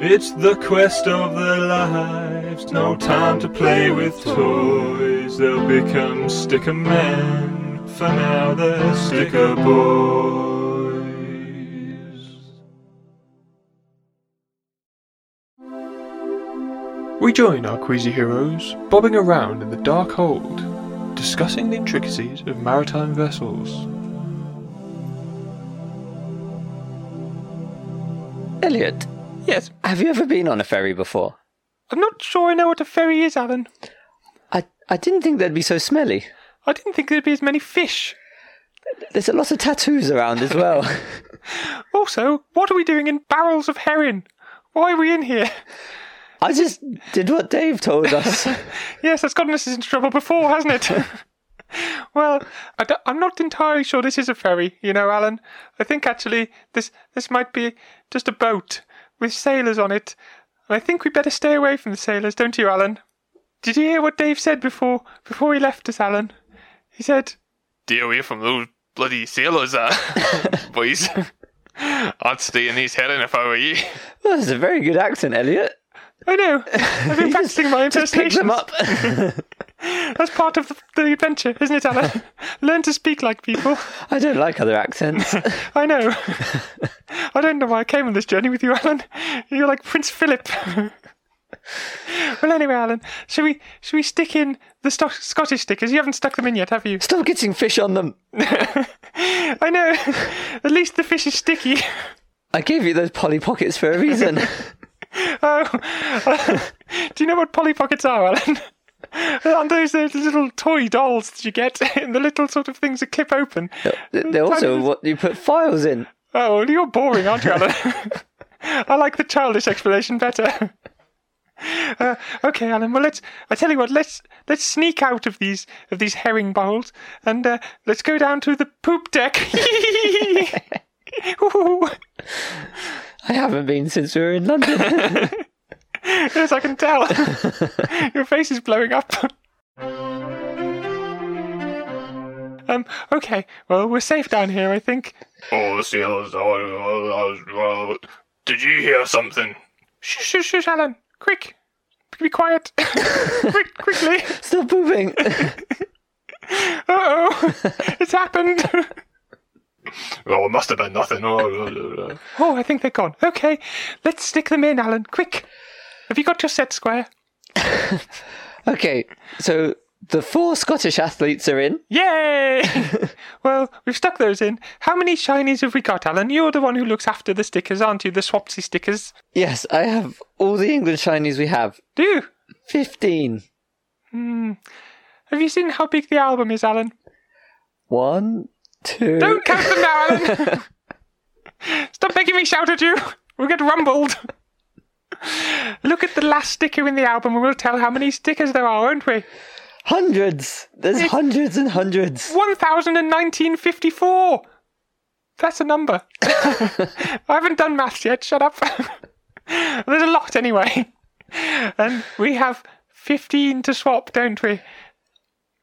It's the quest of their lives. No time to play with toys. They'll become sticker men. For now, they're sticker boys. We join our queasy heroes bobbing around in the dark hold, discussing the intricacies of maritime vessels. Elliot, Yes, have you ever been on a ferry before? I'm not sure I know what a ferry is, Alan. I, I didn't think they'd be so smelly. I didn't think there'd be as many fish. There's a lot of tattoos around as well. Also, what are we doing in barrels of herring? Why are we in here? I just did what Dave told us. Yes, that's gotten us into trouble before, hasn't it? well, I am not entirely sure this is a ferry, you know, Alan. I think actually this this might be just a boat with sailors on it, and I think we'd better stay away from the sailors, don't you, Alan? Did you hear what Dave said before before he left us, Alan? He said, Stay away from those bloody sailors, uh, boys. I'd stay in these herring if I were you. well, that's a very good accent, Elliot. "I know, I've been practicing my Just pick them impersonations." up. That's part of the, the adventure, isn't it, Alan? Learn to speak like people. I don't like other accents. I know. I don't know why I came on this journey with you, Alan. You're like Prince Philip. well, anyway, Alan, should we should we stick in the sto- Scottish stickers? You haven't stuck them in yet, have you? Stop getting fish on them. I know. At least the fish is sticky. I gave you those Polly Pockets for a reason. Oh, do you know what Polly Pockets are, Alan? Aren't those those little toy dolls that you get, and the little sort of things that clip open? They're also what you put files in. Oh, well, you're boring, aren't you, Alan? I like the childish explanation better. Uh, okay, Alan. Well, let's. I tell you what. Let's let's sneak out of these of these herring bowls and uh, let's go down to the poop deck. Ooh, I haven't been since we were in London. yes, I can tell. Your face is blowing up. um. Okay. Well, we're safe down here, I think. Oh, the sailors. Oh, oh, oh, oh. Did you hear something? Shush, shush, shush, Alan. Quick. Be quiet. Quick, quickly. Stop pooping. Uh oh, it's happened. Well, it must have been nothing. Oh, oh, oh, oh. oh, I think they're gone. Okay, let's stick them in, Alan. Quick. Have you got your set square? okay, so the four Scottish athletes are in. Yay! well, we've stuck those in. How many shinies have we got, Alan? You're the one who looks after the stickers, aren't you? The Swapsy stickers. Yes, I have all the England shinies we have. Do you? 15. Have you seen how big the album is, Alan? One, two. Don't count them now, Alan. Stop making me shout at you. We'll get rumbled. Look at the last sticker in the album and we'll tell how many stickers there are, won't we? Hundreds. There's hundreds and hundreds. 1954. That's a number. I haven't done maths yet. Shut up. There's a lot anyway. And we have 15 to swap, don't we?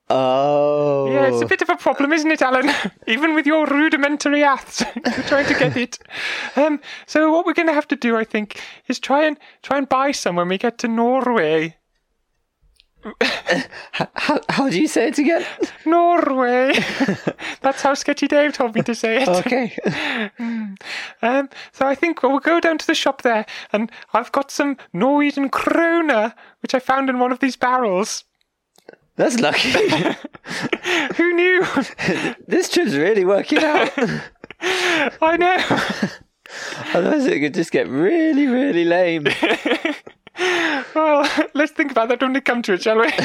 Oh. Yeah, it's a bit of a problem, isn't it, Alan? Even with your rudimentary aths, you're trying to get it. Um, so what we're going to have to do, I think, is try and try and buy some when we get to Norway. How, how do you say it again? Norway. That's how Sketchy Dave told me to say it. Okay. Um, so I think we'll go down to the shop there, and I've got some Norwegian kroner, which I found in one of these barrels. That's lucky. Who knew? this trip's really working out. I know. Otherwise, it could just get really, really lame. Well, let's think about that when we come to it, shall we?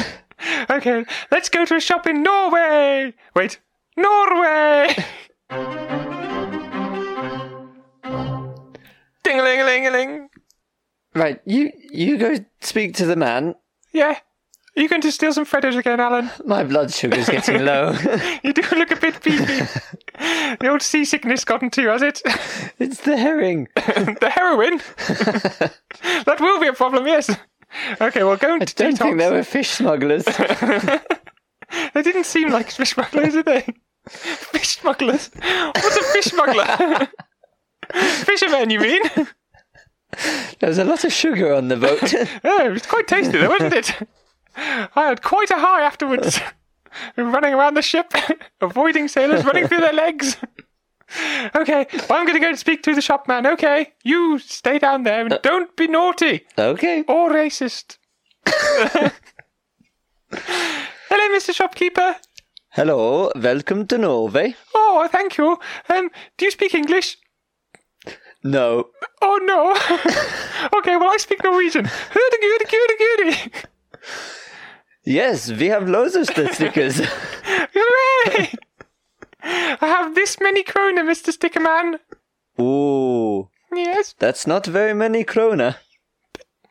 Okay, let's go to a shop in Norway. Wait, Norway. Ding a ling a ling a ling. Right, you you go speak to the man. Yeah. Are you going to steal some Freddos again, Alan? My blood sugar's getting low. You do look a bit beepy. the old seasickness got into you, has it? it's the herring. the heroin. that will be a problem, yes. Okay, well, go and Don't detox. think there were fish smugglers. They didn't seem like fish smugglers, did they? Fish smugglers? What's a fish smuggler? Fisherman, you mean? There was a lot of sugar on the boat. Yeah, Oh, it was quite tasty though, wasn't it? I had quite a high afterwards. running around the ship, avoiding sailors running through their legs. okay, well, I'm going to go and speak to the shopman. Okay, you stay down there Uh, and don't be naughty okay. or racist. Hello, Mr. Shopkeeper. Hello, welcome to Norway. Oh, thank you. Um, do you speak English? No. Oh no. okay, well I speak Norwegian. Hurdy-gurdy-gurdy-gurdy. Yes, we have loads of stickers. Hooray! I have this many kroner, Mr. Stickerman. Ooh, Yes, that's not very many kroner.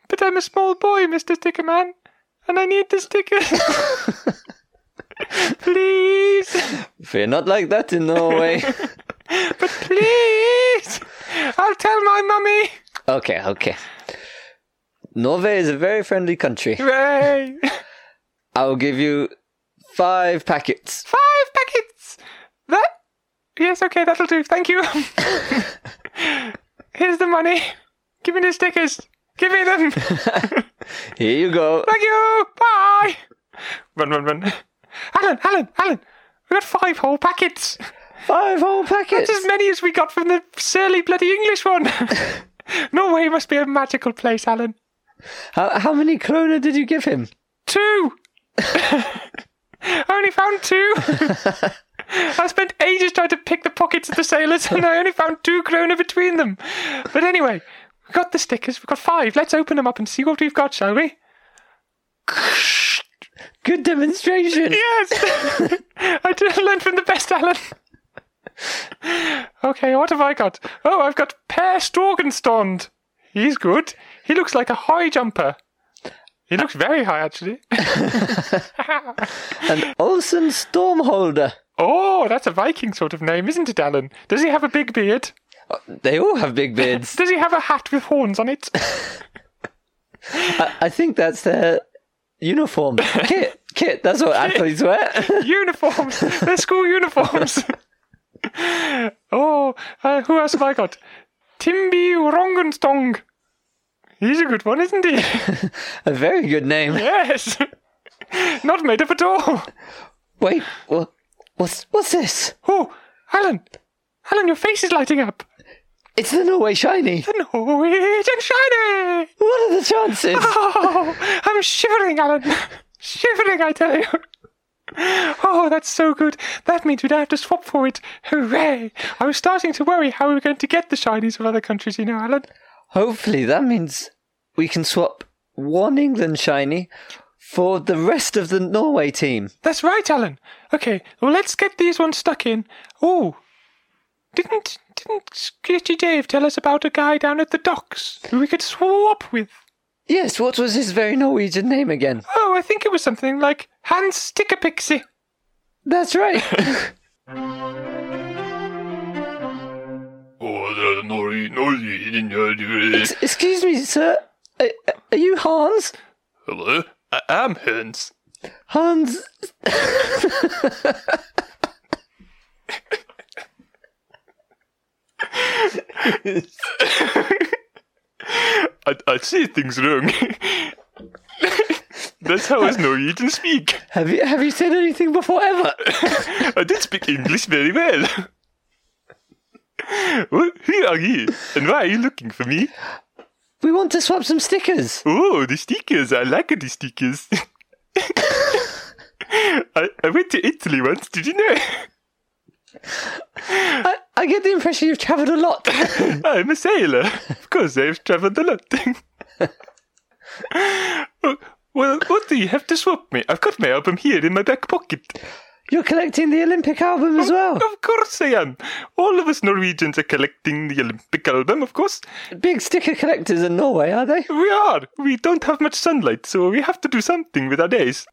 but I'm a small boy, Mr. Stickerman, and I need the stickers. please, We're not like that in Norway. but please, I'll tell my mummy. okay, okay. Norway is a very friendly country. Hooray! I'll give you five packets. Five packets. That. Yes, okay, that'll do. Thank you. Here's the money. Give me the stickers. Give me them. Here you go. Thank you. Bye. Run, run, run. Alan, Alan, Alan. We got five whole packets. Five whole packets. That's as many as we got from the surly bloody English one. Norway must be a magical place, Alan. How, how many kroner did you give him? Two. I only found two. I spent ages trying to pick the pockets of the sailors, and I only found two kroner between them. But anyway, we got the stickers. We've got five. Let's open them up and see what we've got, shall we? Good demonstration. Yes! I did learn from the best, Alan. Okay, what have I got? Oh, I've got Per Storgenstond. He's good. He looks like a high jumper. He looks very high, actually. And Olsen Stormholder. Oh, that's a Viking sort of name, isn't it, Alan? Does he have a big beard? They all have big beards. Does he have a hat with horns on it? I, I think that's their uniform. Kit, kit, that's what athletes wear. uniforms! They're school uniforms! oh, uh, who else have I got? Timby Rongenstong. He's a good one, isn't he? a very good name. Yes. Not made up at all. Wait, what, what's, what's this? Oh, Alan. Alan, your face is lighting up. It's the Norway Shiny. Norwegian shiny. What are the chances? Oh, I'm shivering, Alan. Shivering, I tell you. Oh, that's so good. That means we don't have to swap for it. Hooray. I was starting to worry how we were going to get the shinies of other countries, you know, Alan. Hopefully, that means we can swap one England Shiny for the rest of the Norway team. That's right, Alan. Okay, well, let's get these ones stuck in. Oh, didn't didn't Skitty Dave tell us about a guy down at the docks who we could swap with? Yes, what was his very Norwegian name again? Oh, I think it was something like Hans Stickerpixie. That's right. Oh, the Nori, Nori, Ex- Excuse me, sir. Are, are you Hans? Hello, I am Hans. Hans. I, I say things wrong. That's how us Norwegians speak. Have you have you said anything before ever? I did speak English very well. Wh- Who are you? And why are you looking for me? We want to swap some stickers. Oh, the stickers. I like the stickers. I, I went to Italy once, did you know? I, I get the impression you've travelled a lot. I'm a sailor. Of course, I've traveled a lot. Oh, well, what do you have to swap me? I've got my album here in my back pocket. You're collecting the Olympic album as well. Of course I am. All of us Norwegians are collecting the Olympic album, of course. Big sticker collectors in Norway, are they? We are. We don't have much sunlight, so we have to do something with our days.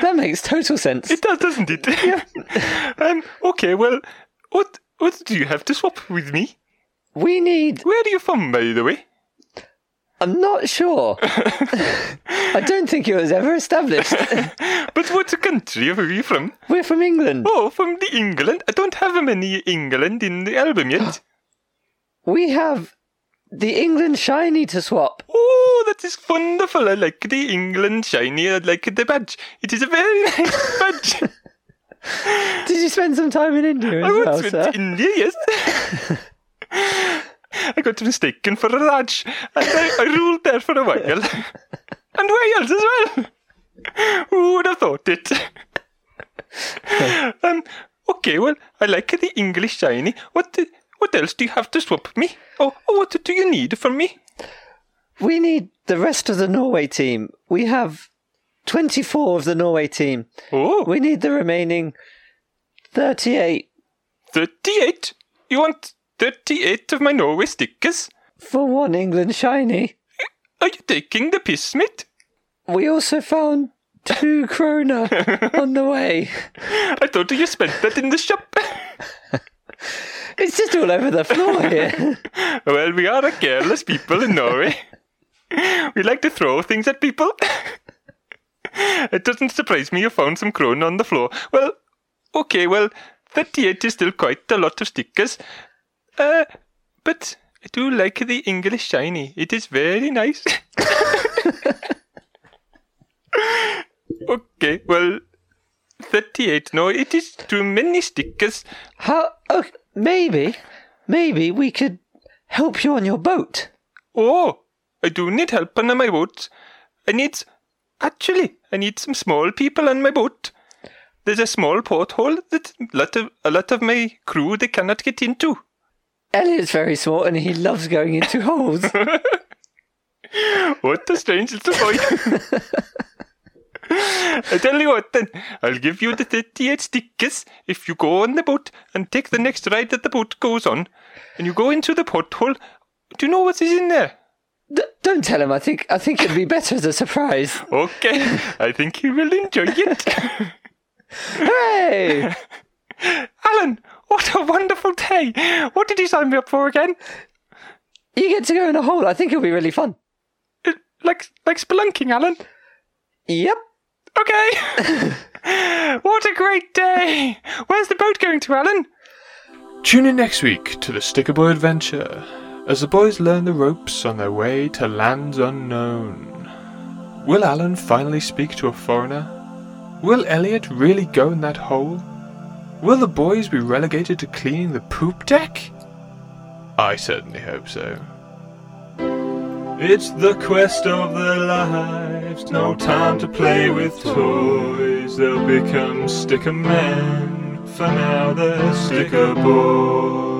That makes total sense. It does, doesn't it? um, okay, well, what what do you have to swap with me? We need. Where are you from, by the way? I'm not sure. I don't think it was ever established. But what country are you from? We're from England. Oh, from the England. I don't have many England in the album yet. We have the England shiny to swap. Oh, that is wonderful. I like the England shiny. I like the badge. It is a very nice badge. Did you spend some time in India I as well, once went sir? to India, yes. I got mistaken for a Raj, and I, I ruled there for a while. and Wales as well. Who would have thought it? um, okay, well, I like the English shiny. What what else do you have to swap me? Or, or what do you need from me? We need the rest of the Norway team. We have 24 of the Norway team. Oh, We need the remaining 38 38? You want 38 of my Norway stickers? for one England shiny. Are you taking the piss, mate? We also found two kroner on the way. I thought you spent that in the shop. It's just all over the floor here. Well, we are a careless people in Norway. we like to throw things at people. it doesn't surprise me you found some crone on the floor. Well, okay, well, 38 is still quite a lot of stickers. Uh, but I do like the English shiny. It is very nice. okay, well, 38. No, it is too many stickers. How? Oh, maybe, maybe we could help you on your boat. Oh, I do need help on my boat. I need, actually, I need some small people on my boat. There's a small porthole that lot of, a lot of my crew they cannot get into. Elliot's very small and he loves going into holes. What a strange little boy! I tell you what, then I'll give you the thirty-eight stickers if you go on the boat and take the next ride that the boat goes on, and you go into the porthole. Do you know what is in there? D- don't tell him. I think I think it'd be better as a surprise. Okay, I think you will enjoy it. Hooray! Alan, what a wonderful day! What did you sign me up for again? You get to go in a hole. I think it'll be really fun. Uh, Like, like spelunking, Alan. Yep. Okay. what a great day! Where's the boat going to, Alan? Tune in next week to the Stickerboy Adventure as the boys learn the ropes on their way to lands unknown. Will Alan finally speak to a foreigner? Will Elliot really go in that hole? Will the boys be relegated to cleaning the poop deck? I certainly hope so. It's the quest of their lives. No time to play with toys. They'll become sticker men. For now, they're sticker boys.